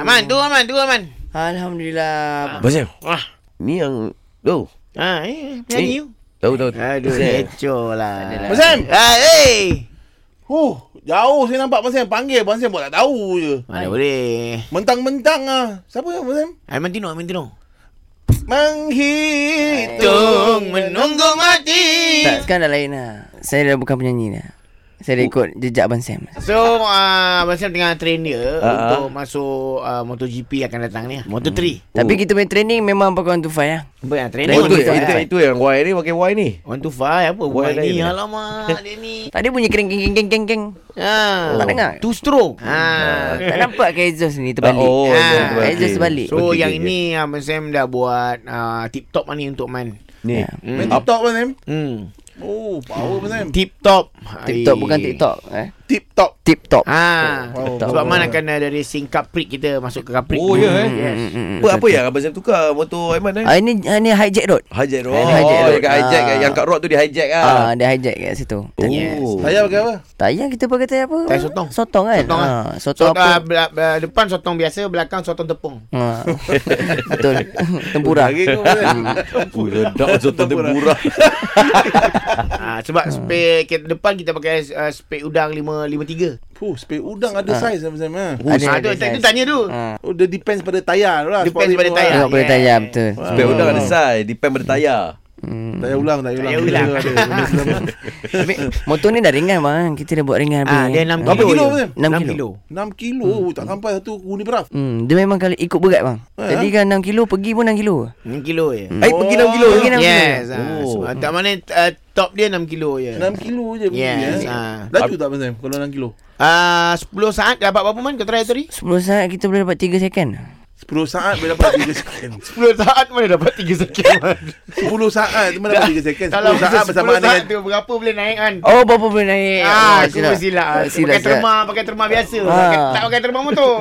Man, dua man, dua man. Alhamdulillah. Abang Sam Wah. Ni yang Oh Ha, eh, penyanyi you. Tahu tahu Aduh, Sam. kecoh lah. Abang Sam Ah, eh. Huh Jauh saya nampak Abang Sam Panggil Abang Sam buat tak tahu je Mana boleh. Mentang-mentang ah. Siapa Abang Sam? Ai mentino, ai mentino. Eh. Menghitung Tung menunggu mati. Tak, sekarang dah lain lah. Saya dah bukan penyanyi dah. Saya dah ikut jejak Abang Sam. So, uh, Abang Sam tengah train dia uh-huh. Ah. untuk masuk uh, MotoGP akan datang ni. Moto3. Tapi kita punya training memang pakai on to five lah. Apa yang train on Oh, tu, to itu, itu, five. itu yang Y ni Pakai Y ni On to five apa Buat buat ni? lain. Alamak, dia ni. Tadi bunyi kering kering kering kering kering. Ha. Tak dengar? Two stroke. Ha. Tak nampak ke Exos ni terbalik? Oh, Ah, dia saya just balik. So, Okey, yang okey. ini Abang Sam dah buat uh, tip top ni untuk Man. Ni Ya. Main TikTok Abang Sam Hmm. Oh power Abang Sam Tip top. TikTok bukan TikTok eh. TikTok Tip top. Ha. Oh, Sebab betul. Man akan ada racing Capri kita masuk ke Capri. Oh ya eh Hmm, hmm, hmm, Apa, apa betul. yang Abang Sam tukar Motor Aiman eh Ah ini ah, ni hijack road. Hijack road Ah, Oh dia hijack road. dekat hijack Ah. Yang kat road tu dia hijack lah Ah dia hijack kat situ. Tanya. Oh Saya pakai apa? Tayang kita pakai tayar apa? Tayar sotong. Sotong kan? Sotong, Ah, ah. sotong Sotong, apa? bela- bela- depan sotong biasa, belakang sotong tepung. Ha. Betul. Tempura. Hari tu Abang Sam ah. Oh sedap Sotan tempura ha, sebab spek kita, depan kita pakai uh, spek udang 553. Huh spek udang ada Ah. saiz Abang Sam ha. Ada, Ha, ada, tu, ada. tu tanya tu. Ha. Oh dia depends pada tayar tu lah Depends Sebab pada dia- tayar. Tengok pada yeah. tayar betul. Sebab udang Ah. ada size Depend pada tayar Hmm. Tayar ulang Tayar ulang Tayar ulang. Ada, ada, ada. Tapi motor ni dah ringan bang. Kita dah buat Ah, ringan apa dia ni. 6 Berapa kilo. kilo, je. Sam? Enam Enam kilo. 6 kilo hmm. Tak sampai satu Uni beraf Hmm, dia memang kali ikut berat bang. Eh, Tadi kan 6 kilo, pergi pun 6 kilo. 6 kilo je. Eh Ha. pergi 6 kilo Pergi enam Yes. kilo. Ha, Oh. sebab tak mana uh, top dia 6 kilo je. 6 kilo je pergi, Yes, eh. ah. Laju tak Abang Sam Kalau 6 kilo Ah, 10 saat dapat berapa man kau try tadi? 10 saat kita boleh dapat 3 second. 10 saat boleh dapat 3 second 10 saat mana dapat 3 second man. 10 saat tu mana dapat 3 second 10 saat saat bersamaan dengan tu berapa boleh naik kan? Oh, berapa boleh naik? Ah, Oh, aku silap. silap. Ah, silap pakai silap. terma, pakai terma biasa. Ah. Kan- Pakai, tak pakai terma motor.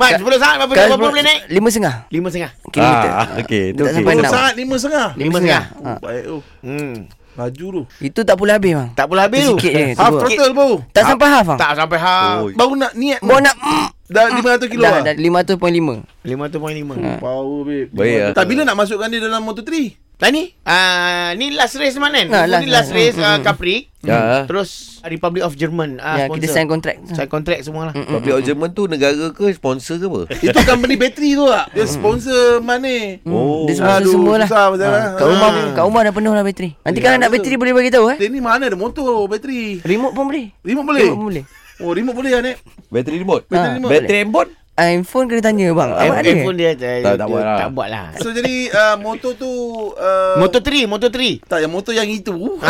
Mat, 10 saat berapa, berapa boleh naik? Lima setengah 5 setengah. kilometer. Ah, okey, tu tak okey. sampai 10 enam. saat 5 setengah Lima Lima setengah. Ha. Oh, Baik tu Hmm. Laju tu Itu tak pula habis bang. Tak pula habis Tu tu. sikit je, tu Half buat. throttle baru Tak sampai half ah? bang. Ah. Tak sampai half. Oh. Baru nak niat Bawa nak mm, Dah 500 kilo dah, lah dah 500.5. Hmm. 5.5. Power babe Baik lah. Tak bila nak masukkan dia dalam motor 3 Lah ni, ah ni last race mana kan? Ah, Nah, last- ni last last. race Hmm, ah, hmm. Capri. Ya Terus Republic of German ah Ya, sponsor. kita sign Hmm. kontrak. sign contract semualah. Public of German tu negara ke Sponsor ke apa Itu company bateri tu tak Hmm. Dia sponsor mana Mm. Oh. Dia semua Aduh, semua lah. susah macam Ha, mana. kat rumah Ah. kat rumah dah penuh lah bateri. Nanti kalau nak betul. bateri boleh bagi tahu eh. Dia ni mana ada motor bateri Remote pun boleh. Remote boleh Remote boleh. Oh remote boleh lah ni Bateri remote Bateri remote Bateri remote iPhone Ah, kena tanya bang. Apa ada? Handphone dia eh, Tak- tak buat lah. Tak buat lah. So jadi uh, motor tu uh, Motor 3, motor 3. Ah, Tak yang motor yang itu